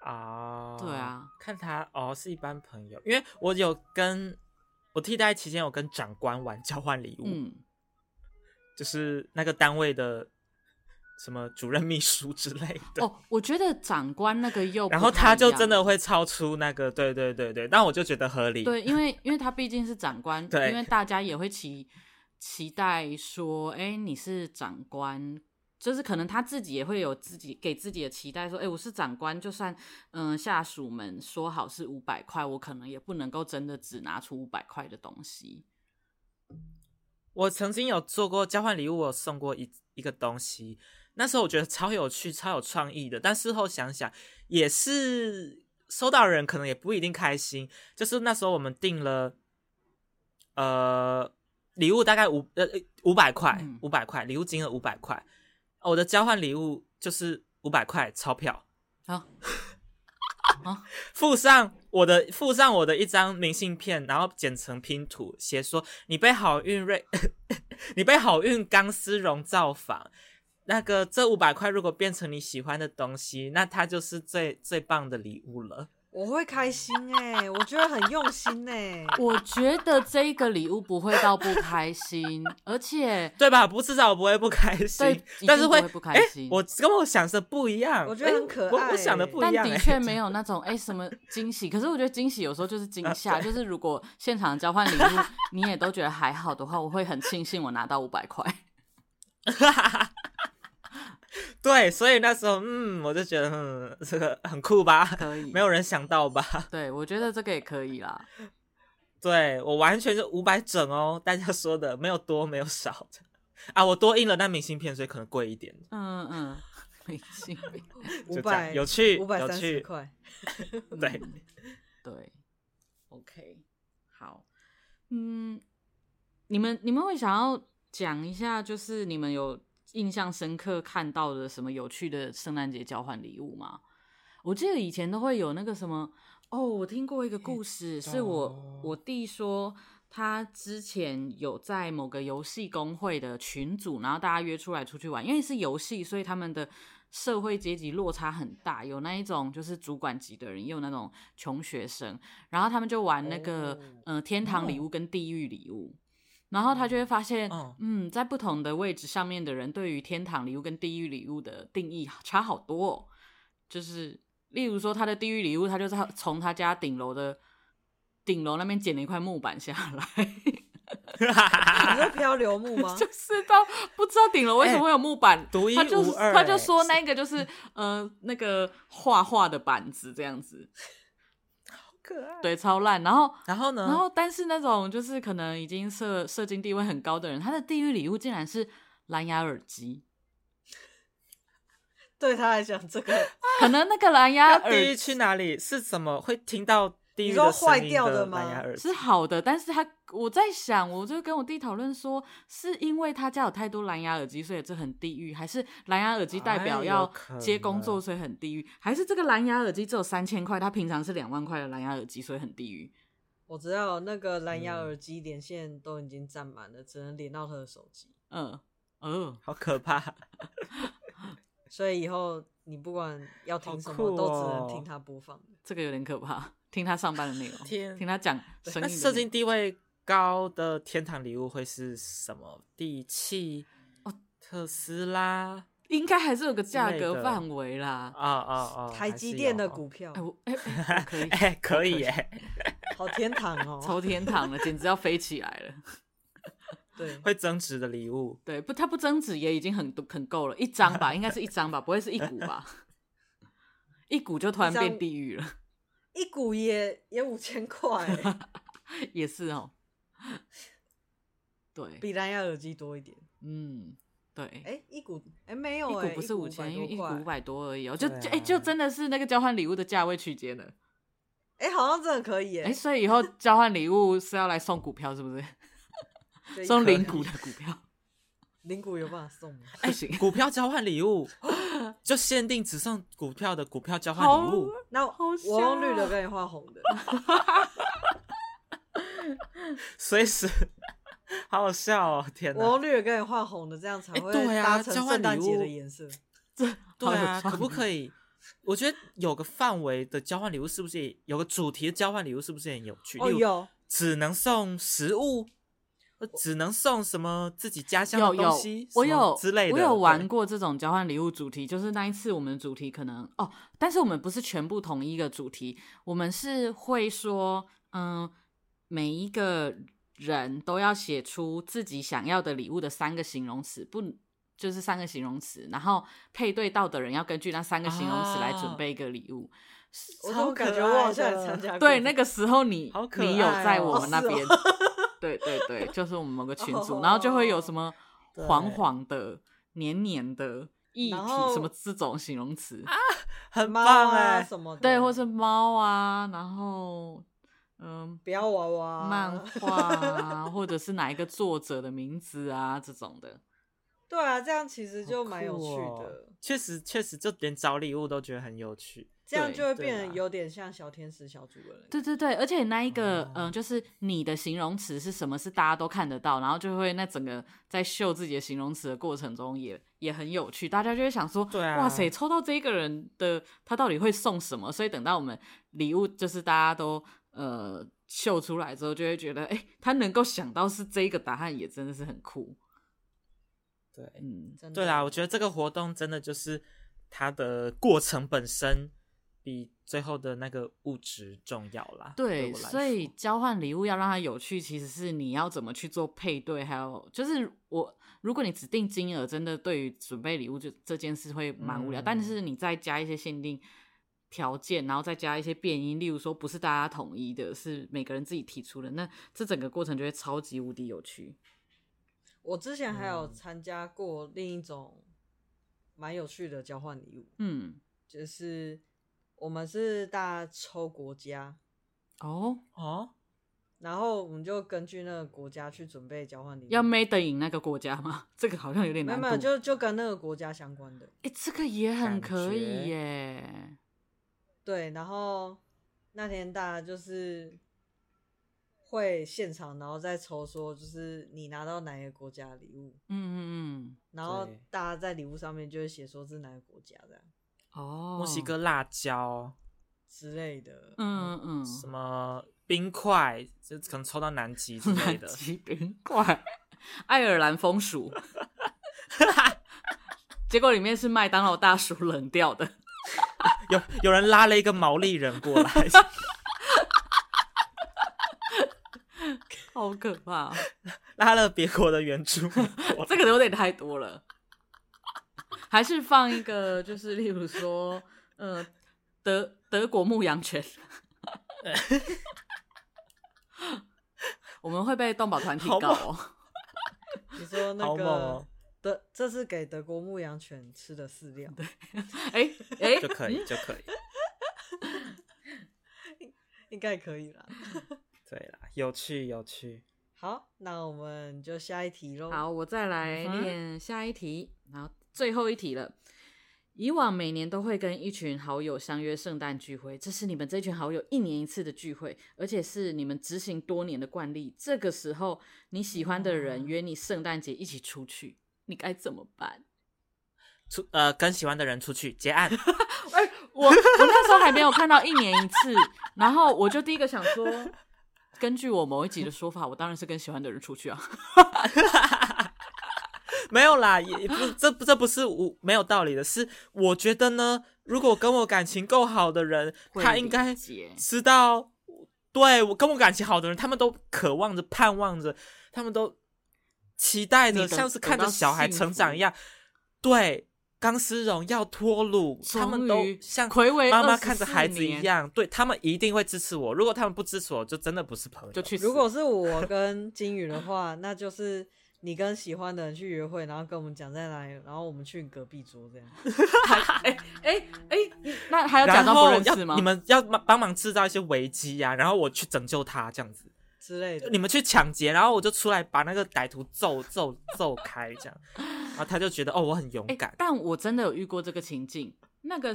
啊，
对啊，
看他哦是一般朋友，因为我有跟我替代期间有跟长官玩交换礼物，
嗯，
就是那个单位的什么主任秘书之类的。
哦，我觉得长官那个又不
然后
太
他
一
就
样
真的会超出那个，对对对对，但我就觉得合理。
对，因为因为他毕竟是长官，
对
因为大家也会期期待说，哎、你是长官，就是可能他自己也会有自己给自己的期待，说，哎、我是长官，就算嗯、下属们说好是五百块，我可能也不能够真的只拿出五百块的东西。
我曾经有做过交换礼物，我有送过一一个东西，那时候我觉得超有趣、超有创意的，但事后想想也是收到的人可能也不一定开心。就是那时候我们订了，呃，礼物大概五呃五百块
嗯，
五百块，礼物金额五百块。哦我的交换礼物就是五百块钞票，
好、
附上我的附上我的一张明信片，然后剪成拼图，写说你被好运瑞， 你被好运钢丝绒造访。那个这五百块如果变成你喜欢的东西，那它就是最最棒的礼物了。
我会开心哎、我觉得很用心 哎、
我觉得这个礼物不会到不开心，而且
对吧？不，至少我不会不开心
对，一
但是
定不会不开心
诶我跟我想的不一样，
我觉得很可爱
诶我我想的不一
但
样、欸
的
诶
确没有那种哎、什么惊喜，可是我觉得惊喜有时候就是惊吓，就是如果现场交换礼物你也都觉得还好的话，我会很庆幸我拿到五 百块。
对，所以那时候，嗯，我就觉得，嗯，这个很酷吧？
可以
没有人想到吧？
对，我觉得这个也可以啦。
对我完全就五百整哦，大家说的没有多没有少的啊，我多印了那明信片，所以可能贵一点，
嗯嗯，明信片，
五
就这样
百
有趣，
五百
有
三十
趣，
块，
对，
对，OK，好，嗯，你们你们会想要讲一下，就是你们有印象深刻看到的什么有趣的圣诞节交换礼物吗？我记得以前都会有那个什么哦，我听过一个故事，是我我弟说他之前有在某个游戏公会的群组，然后大家约出来出去玩，因为是游戏，所以他们的社会阶级落差很大，有那一种就是主管级的人，也有那种穷学生，然后他们就玩那个、
哦
呃天堂礼物跟地狱礼物。然后他就会发现，
嗯
嗯，在不同的位置上面的人对于天堂礼物跟地狱礼物的定义差好多、哦。就是例如说，他的地狱礼物，他就是从他家顶楼的顶楼那边捡了一块木板下来，
你是漂流木 吗？
就是到不知道顶楼为什么会有木板，
哎独一
他就
无二
他 就说
欸
那个就是呃那个画画的板子这样子，
可爱。
对，超烂。然后
然后呢？
然后，但是那种就是可能已经社社经地位很高的人，他的地狱礼物竟然是蓝牙耳机。
对他来讲，这个
可能那个蓝牙
那
耳
地狱
机
去哪里？是怎么会听到地狱
你说
的声
坏
音
掉
的
的吗
蓝牙耳机
是？好的，但是他我在想，我就跟我弟讨论说，是因为他家有太多蓝牙耳机，所以这很地狱，还是蓝牙耳机代
哎
表
有
要
可
接工作，
能
所以很地狱，还是这个蓝牙耳机只有三千块，他平常是两万块的蓝牙耳机，所以很地狱。
我知道那个蓝牙
嗯
耳机连线都已经占满了，只能连到他的手机。
哦
嗯嗯，
好可 怕！
所以以后你不管要听什么，
好酷哦
都只能听他播放的。
这个有点可怕。听他上班的内容，
天
听他讲生意的
那
内容。
社经地位高的天堂礼物会是什么？地契、
哦
特斯拉
应该还是有个价
之类
格
的
范围啦。
啊啊啊！，
台积电的股票
哎、，我哎、哎我可
还是
以
有哦，哎，可以耶，
好天堂哦。
超天堂了，简直要飞起来了。
对，
会增值的礼物。
对，不，它不增值也已经很多很够了，一张吧，应该是一张吧，不会是一股吧？ 一股就突然
一
变
张
地狱了，
一股也也五千块欸，
也是哦。对，
比蓝牙耳机多一点。
嗯，对，
哎，一股哎没有
一
哎，
股不是五千，因为
一
一股五
百。
百多而已哦，就
对
就
啊
哎，就真的是那个交换礼物的价位区间了。
哎，好像真的可以
哎，
哎，
所以以后交换礼物是要来送股票，是不是？
对
送
一
零股的股票
零股有办法送吗？
不行，
股票交换礼 物，就限定只剩股票的股票交
好
换礼物，
那
好
我
笑哦
用绿的跟你换红 的，
随时， 好好笑哦！天
我
哪，
用绿的跟你换红的，这样才会
哎对啊
搭成
交换
圣诞
礼
节
物
的颜色。
对
好有
啊，
创
可不
意
可以？我觉得有个范围的交换礼物，是不是也有个主题的交换礼物，是不是也很有趣？
哦，
例如
有
只能送食物，呃只能送什么自己家乡
有
的
有
东西，，
我
什么
有
之类的，
我有玩
对。
过这种交换礼物主题，就是那一次我们的主题可能哦，但是我们不是全部同一个主题，我们是会说，嗯，每一个人都要写出自己想要的礼物的三个形容词，不就是三个形容词，然后配对到的人要根据那三个形容词来准
啊
备一个礼物。
我
超
怎么感
可
觉我
爱
好像也
的
参加过
对，那个时候你
好可
你有
爱
在
哦
我们那
哦是哦
边，对对对，就是我们某个群组，
哦
然后就会有什么
对
黄黄的、黏黏的、液体
然后
什么这种形容词，
啊很
猫
棒
啊
哎、
什么的，
对，或是猫啊，然后嗯、
不要娃
啊
娃
漫画啊，或者是哪一个作者的名字啊这种的，
对啊，这样其实
好
就蛮有
酷
趣
哦
的，
确实确实，就连找礼物都觉得很有趣。
这样
对
就会
对
变得
啦
有点像小天使、小主人了。
对对对，而且那一个
哦
嗯、呃就是你的形容词是什么，是大家都看得到，然后就会那整个在秀自己的形容词的过程中也也很有趣，大家就会想说，
对啊
哇塞，抽到这个人的他到底会送什么？所以等到我们礼物就是大家都呃秀出来之后，就会觉得，哎，他能够想到是这个答案，也真的是很酷，
对，
嗯，
真的
对啦，我觉得这个活动真的就是它的过程本身比最后的那个物质重要啦。对
对，
我来
所以
说
交换礼物要让它有趣，其实是你要怎么去做配对，还有就是我，如果你指定金额，真的对于准备礼物就这件事会蛮无聊，
嗯
但是你再加一些限定条件，然后再加一些变音，例如说不是大家统一的，是每个人自己提出的，那这整个过程就会超级无敌有趣。
我之前还有
嗯
参加过另一种蛮有趣的交换礼物，
嗯，
就是我们是大家抽国家，
哦，
哦，
然后我们就根据那个国家去准备交换礼物。
要 made 赢那个国家吗？这个好像有点
没有
难
没
度。
有，就就跟那个国家相关的。
哎、这个也很
感
可
觉
以耶。
对，然后那天大家就是会现场，然后再抽说，就是你拿到哪个国家的礼物，
嗯嗯
然后
对
大家在礼物上面就会写说是哪个国家这样
嗯，哦，
墨西，哥辣椒，
之类的。
嗯嗯
什么冰块，就可能抽到南极之
嗯，
类
南
的。
极冰块， 爱尔兰风俗， 结果里面是麦当劳大叔冷掉的，
有有人拉了一个毛利人过 来，
好可怕哦、
拉了别国的原住民过来
这个有点太多了，还是放一个，就是例如说，呃，德德国牧羊 犬，我们会被动保团体
好
告哦。
你说那
好
个
猛哦
德，这是给德国牧羊犬吃的饲料，
哎哎、
就可以就可以。
应该可以啦。
对啦，有趣有趣。
好，那我们就下一题喽。
好，，我再来
嗯
念下一题，然后最后一题了。以往每年都会跟一群好友相约圣诞聚会，这是你们这群好友一年一次的聚会，而且是你们执行多年的惯例。这个时候，你喜欢的
哦
人约你圣诞节一起出去，你该怎么办？
出呃跟喜欢的人出去结案，
我我那时候还没有看到一年一次，然后我就第一个想 说，根据我某一集的说法，我当然是跟喜欢的人出去啊。
没有啦，也也不这不这不是无没有道理的，是我觉得呢，如果跟我感情够好的人，
会
他应该
理解
知道，对我跟我感情好的人，他们都渴望着、盼望着，他们都期待
你
着，
得
像是看着小孩成长一样。对，钢丝绒要脱乳，他们都
终于
像
暌违
妈妈
24
看着孩子一
年
样，对他们一定会支持我。如果他们不支持我，就真的不是朋友。
就去死。
如果是我跟金宇的话，那就是你跟喜欢的人去约会，然后跟我们讲在哪里，然后我们去隔壁桌这样。
哎哎哎，那还要假
然
装不
后
认
要
识吗？
你们要帮帮忙制造一些危机呀、然后我去拯救他这样子。
之类
就
的
你。们去抢劫，然后我就出来把那个歹徒揍揍揍开这样，然后他就觉得哦我很勇
哎、
敢，
但我真的有遇过这个情境，那个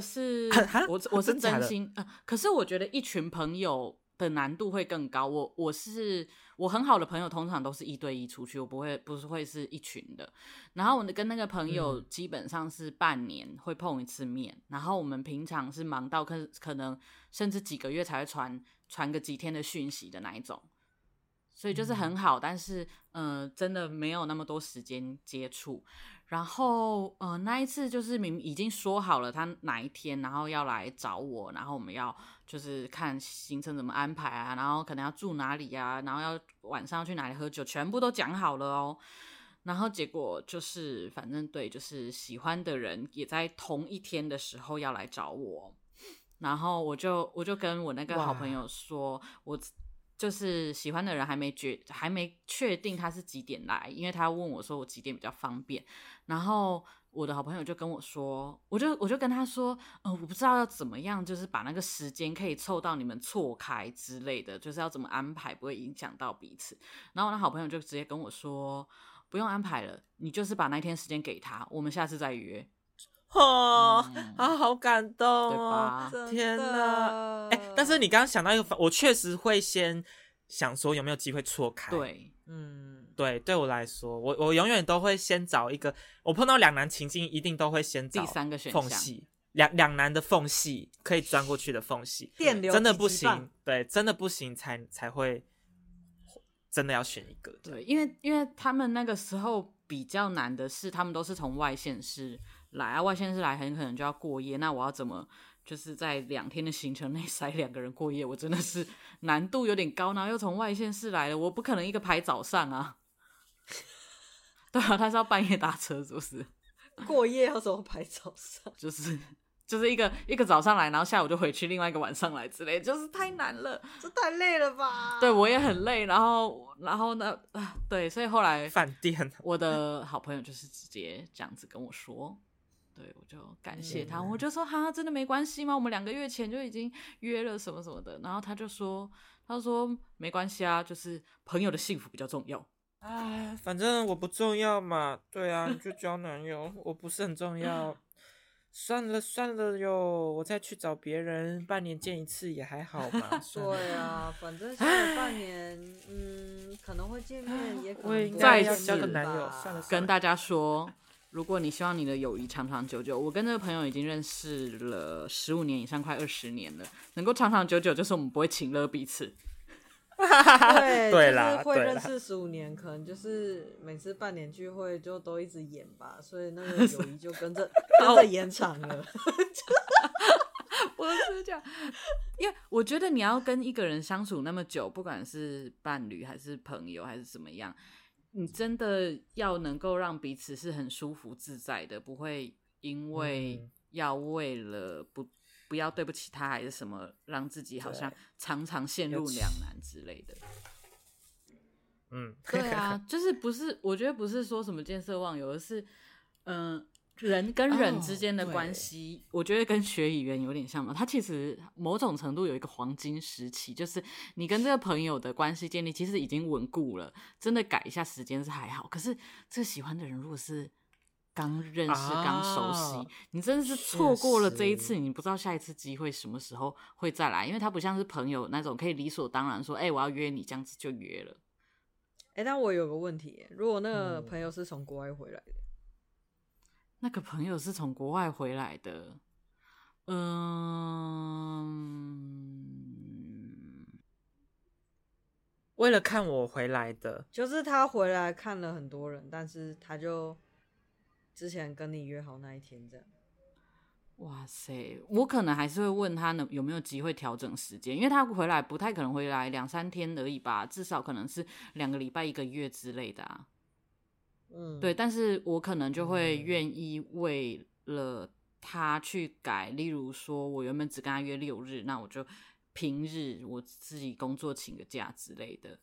是
哈
我我是
真假
真
的
心、呃，可是我觉得一群朋友的难度会更高。我我是我很好的朋友，通常都是一对一出去，我不会不是会是一群的。然后我跟那个朋友
嗯
基本上是半年会碰一次面，然后我们平常是忙到可可能甚至几个月才会传传个几天的讯息的那一种。所以就是很好，但是呃，真的没有那么多时间接触。然后呃，那一次就是明已经说好了，他哪一天然后要来找我，然后我们要就是看行程怎么安排啊，然后可能要住哪里啊，然后要晚上要去哪里喝酒，全部都讲好了哦。然后结果就是，反正对，就是喜欢的人也在同一天的时候要来找我，然后我就我就跟我那个好朋友说，我就是喜欢的人还没决还没确定他是几点来，因为他问我说我几点比较方便，然后我的好朋友就跟我说，我就我就跟他说，嗯、我不知道要怎么样，就是把那个时间可以凑到你们错开之类的，就是要怎么安排不会影响到彼此。然后我那好朋友就直接跟我说，不用安排了，你就是把那天时间给他，我们下次再约。
哦、
嗯
啊好感动
对
哦
吧，
天哪！
哪
哎、但是你刚刚想到一个方，我确实会先想说有没有机会错开，
对，
嗯，
对，对我来说，我我永远都会先找一个，我碰到两难情境，一定都会先找
第三个选项
缝隙，两两难的缝隙可以钻过去的缝隙，
电流
真的
狙
不
击棒
行，，对，真的不行才才会真的要选一个，
对，因为因为他们那个时候比较难的是，他们都是从外县市来啊，外县市来很可能就要过夜，那我要怎么就是在两天的行程内 塞两个人过夜？我真的是难度有点高，然后又从外县市来了，我不可能一个排早上啊。 对啊，他是要半夜搭车，是不是？
过夜要怎么排早上？
就是就是一个一个早上来，然后下午就回去，另外一个晚上来之类，就是太难了。
这太累了吧？
对，我也很累，然后然后呢，啊对，所以后来
饭店
我的好朋友就是直接这样子跟我说，对我就感谢他，
嗯
我就说哈，真的没关系吗？我们两个月前就已经约了什么什么的，然后他就说，他说没关系啊，就是朋友的幸福比较重要。
哎，啊 反正我不重要嘛，对啊，你就交男友，我不是很重要，算了算了哟，我再去找别人，半年见一次也还好嘛。算了
对啊，反正下了半年，嗯，可能会见面，也可
我也应
能
该
要
不
交个
吧
男友算了算
跟大家说，如果你希望你的友谊长长久久，我跟这个朋友已经认识了十五年以上，快二十年了，能够长长久久，就是我们不会请了彼此。
对
对
就是
啦
会
对
认
啦
识十五年，可能就是每次半年聚会就都一直演吧，所以那 个友谊就跟着跟着延长了。
我是这样，因为我觉得你要跟一个人相处那么久，不管是伴侣还是朋友还是怎么样，你真的要能够让彼此是很舒服自在的，不会因为
嗯
要为了不不要对不起他还是什么，让自己好像常常陷入
尤其
两难之类的。
嗯，
对 啊，就是不是？我觉得不是说什么见色忘友，而是嗯、呃人跟人之间的
哦
关系我觉得跟学语言有点像嘛。它其实某种程度有一个黄金时期，就是你跟这个朋友的关系建立其实已经稳固了，真的改一下时间是还好。可是这喜欢的人如果是刚认识、
啊
刚熟悉，你真的是错过了这一次，
确实
你不知道下一次机会什么时候会再来，因为他不像是朋友那种可以理所当然说，哎、我要约你，这样子就约了。
哎、但我有个问题耶，如果那个
嗯
朋友是从国外回来的，
那个朋友是从国外回来的，嗯，
为了看我回来的，
就是他回来看了很多人，但是他就之前跟你约好那一天这样。
哇塞，我可能还是会问他能有没有机会调整时间，因为他回来不太可能回来两三天而已吧，至少可能是两个礼拜、一个月之类的啊。
嗯，
对，，但是我可能就会
嗯
愿意为了他去改，例如说我原本只跟他约六日，那我就平日我自己工作请个假之类的。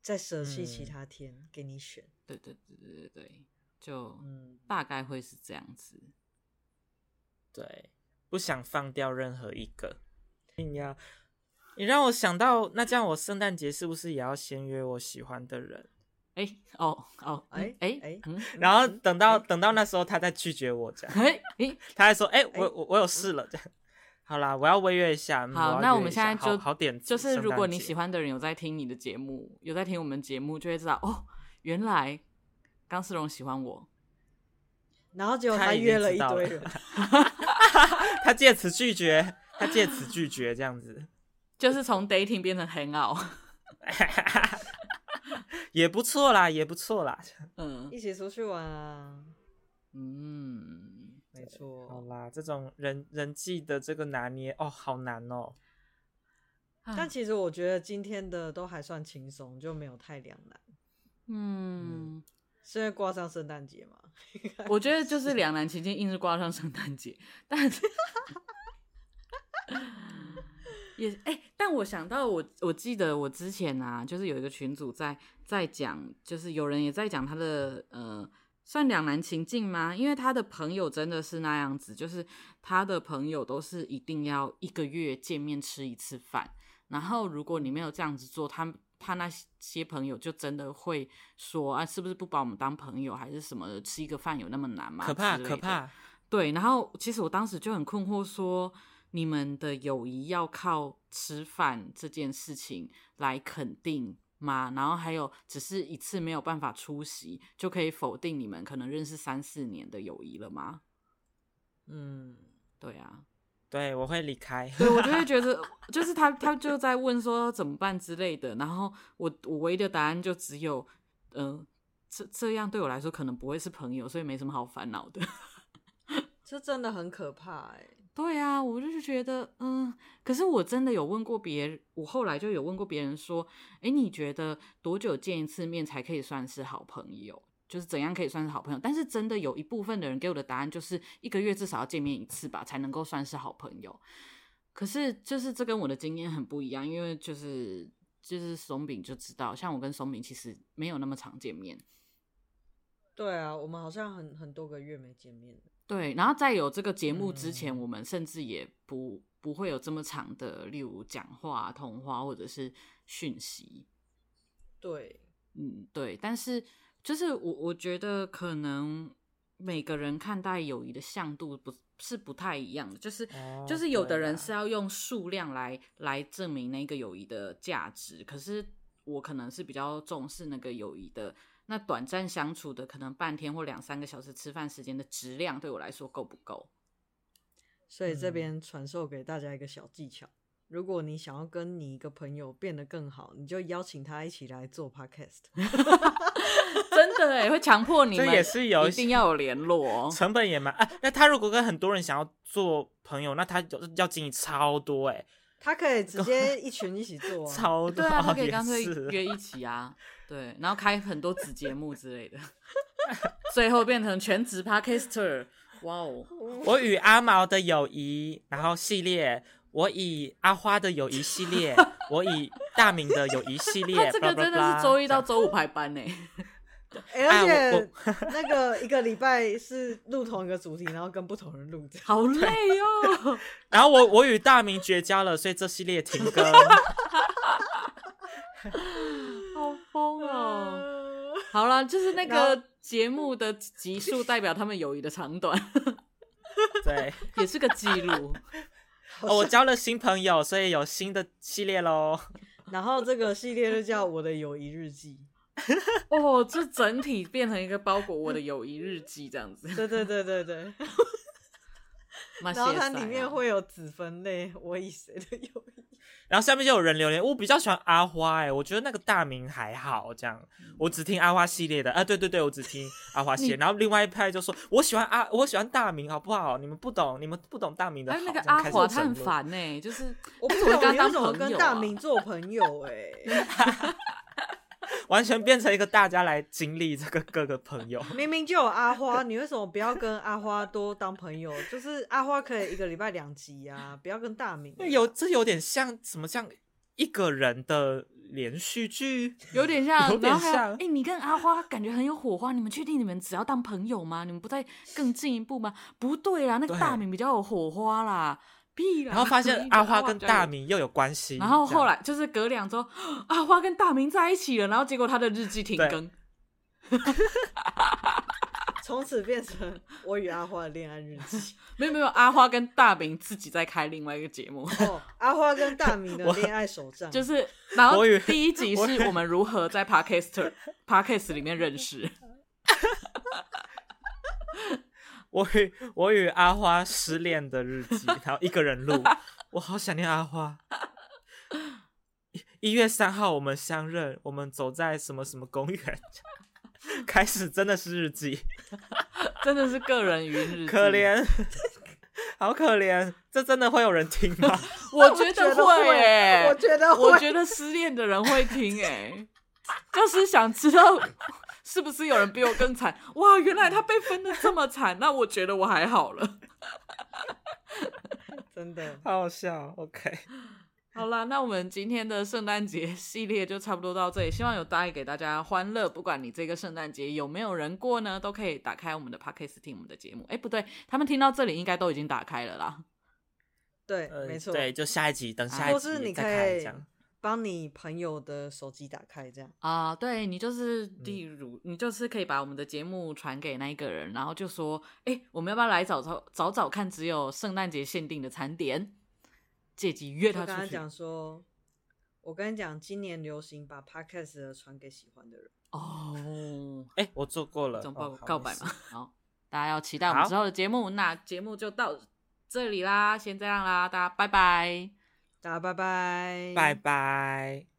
再舍弃其
嗯
他天给你选。
对对对对对对，就
嗯，
大概会是这样子。
对，不想放掉任何一个。你要，你让我想到，那这样我圣诞节是不是也要先约我喜欢的人，
哎、哦哦，哎
哎
哎
哎
嗯
然后等到、
哎
等到那时候他再拒绝我这样？
哎哎，
他还说：“哎、
哎
我我我有事了。”这样，好啦，我要微约一下。嗯
好
要
那我
约
们
一
现
下
在就
好好点 子，
就是如果你喜
欢，
欢的人有在听你的节目，有在听我们节目，就会知道哦，原来刚世荣喜欢我。
然后结果
他
他
已经
约
知
一
道
堆
了
人，
他借此拒绝，他借此拒绝这样子，
就是从 dating 变成 hang out，
也不错啦，也不错啦。
嗯
一起出去玩啊。
嗯，
没
好
错，
啦，这种人人际的这个拿捏哦，好难哦。
但其实我觉得今天的都还算轻松，就没有太两难。
嗯，
是因为挂上圣诞节嘛？
我觉得就是两难其境，硬是挂上圣诞节，但是 也哎、但我想到我我记得我之前啊，就是有一个群组在在讲，就是有人也在讲他的呃。算两难情境吗？因为他的朋友真的是那样子，就是他的朋友都是一定要一个月见面吃一次饭，然后如果你没有这样子做，他他那些朋友就真的会说啊，是不是不把我们当朋友，还是什么的？吃一个饭有那么难吗？
可怕
之类
可
的。
怕，
对，然后其实我当时就很困惑说你们的友谊要靠吃饭这件事情来肯定吗？然后还有，只是一次没有办法出席，就可以否定你们可能认识三四年的友谊了吗？
嗯，
对啊，
对我会离开。
对我就会觉得，就是他他就在问说怎么办之类的，然后我我唯一的答案就只有，嗯、这这样对我来说可能不会是朋友，所以没什么好烦恼的。
这真的很可怕哎、
对啊，我就是觉得，嗯，可是我真的有问过别人，我后来就有问过别人说，诶，你觉得多久见一次面才可以算是好朋友？就是怎样可以算是好朋友？但是真的有一部分的人给我的答案就是一个月至少要见面一次吧，才能够算是好朋友。可是就是这跟我的经验很不一样，因为就是就是松饼就知道，像我跟松饼其实没有那么常见面。
对啊，我们好像很很多个月没见面了。
对，然后在有这个节目之前，
嗯
我们甚至也不不会有这么长的，例如讲话、通话或者是讯息。
对，
嗯，对。但是就是我我觉得可能每个人看待友谊的向度不是不太一样的，就是、
哦
就是有的
对
人
啦
是要用数量来来证明那个友谊的价值，可是我可能是比较重视那个友谊的那短暂相处的，可能半天或两三个小时吃饭时间的质量，对我来说够不够？
所以这
嗯
边传授给大家一个小技巧：如果你想要跟你一个朋友变得更好，你就邀请他一起来做 podcast。
真的哎，会强迫你
这
们
也是有
一定要有联络哦。
成本也蛮哎、那他如果跟很多人想要做朋友，那他有要经营超多哎、
他可以直接一群一起做、 啊，
超多
对啊，他可以
也
干脆
是
约一起啊，对，然后开很多子节目之 类的，最后变成全职 podcaster，哇哦，
我与阿毛的友谊，然后系列；我以阿花的友谊系 列；我以大明的友谊系列。
他 这
blah
个
blah
真的是周一
blah
到周五排班呢，欸
哎而且那个一个礼拜是录同一个主题，然后跟不同人录这样。
好累哦，
然后我我与大明绝交了，所以这系列停 更。
好疯 哦。好了，就是那
然
个节目的集数代表他们友谊的长短，
对、
也是个记录。
好
哦，我
像
交了新朋友，所以有新的系列喽。
然后这个系列就叫《我的友谊日记
哦，这整体变成一个包裹我的友谊日记这样子》。。
对对对对 对，
蛮
然后
谢
它
谢
里
啊
面会有子分类，我以谁的友谊？
然后下面就有人留言，我比较喜欢阿花哎、我觉得那个大明还好这样，
嗯
我只听阿花系列的啊，对对对，我只听阿花系列。然后另外一派就说，我喜欢阿，我喜欢大明好不好？你们不懂，你们不懂大明的
还
好。
哎有那个
这样
阿
开始
华，
争
他很
论
烦呢，就是
我 不
你
懂
怎么跟他
你为
当
什么
朋
跟
友
大
啊
明做朋友、哎，
完全变成一个大家来经历这个各个朋 友。
明明就有阿花，你为什么不要跟阿花多当朋友？就是阿花可以一个礼拜两集啊，不要跟大明。
那有这有点像什么像一个人的连续 剧，
有点像，
有点
然后还有
像
哎、你跟阿花感觉很有火花，你们确定你们只要当朋友吗？你们不再更进一步吗？不对啦，那个
对
大明比较有火花啦，屁啦。
然后发现阿花跟
比较有
大，明又有关系，
然后
这样
后来就是隔两周，阿花跟大明在一起了，然后结果他的日记停
对
更，
从此变成我与阿花的恋爱日记。
没有没有，阿花跟大明自己在开另外一个节 目，
哦，阿花跟大明的恋爱手账，
就是然后
我以为
第一集
我以
是我们如何在 Podcaster Podcast 里面认识，
我与我与阿花失恋的日 记，然后一个人录，我好想念阿花。一一月三号我们相认，我们走在什么什么公 园，开始真的是日记，
真的是个人云日记，
可。怜， 好可怜，这真的会有人听吗？
我
我
觉
觉
得
得
会
会
耶、
我觉得
我
会
觉得失恋的人会听哎、 就是想知道 是不是有人比我更惨。哇，原来他被分的这么惨，那我觉得我还好了。
真的。
好好笑，OK。
好啦，那我们今天的圣诞节系列就差不多到这里，希望有带给大家欢乐。不管你这个圣诞节有没有人过呢，都可以打开我们的 podcast 听我们的节目。哎、不对，他们听到这里应该都已经打开了啦。
对，
呃
没错。啊
对，就下一集等下一
或
集
是你
再
可
看
以
这样。
帮你朋友的手机打开，这样
啊、对你就是，例
嗯
如、你就是可以把我们的节目传给那一个人，然后就说，哎，我们要不要来找找找找看，只有圣诞节限定的餐点，借机约
就
他
跟他
出去。
讲说，我跟你讲，今年流行把 podcast 的传给喜欢的人。
哦，
哎、我做过了，
这种
哦
告
好
告
没
白
事
嘛，好，大家要期待我们
好
之后的节目。那节目就到这里啦，先这样啦，大家拜拜。
大家拜拜，
拜拜。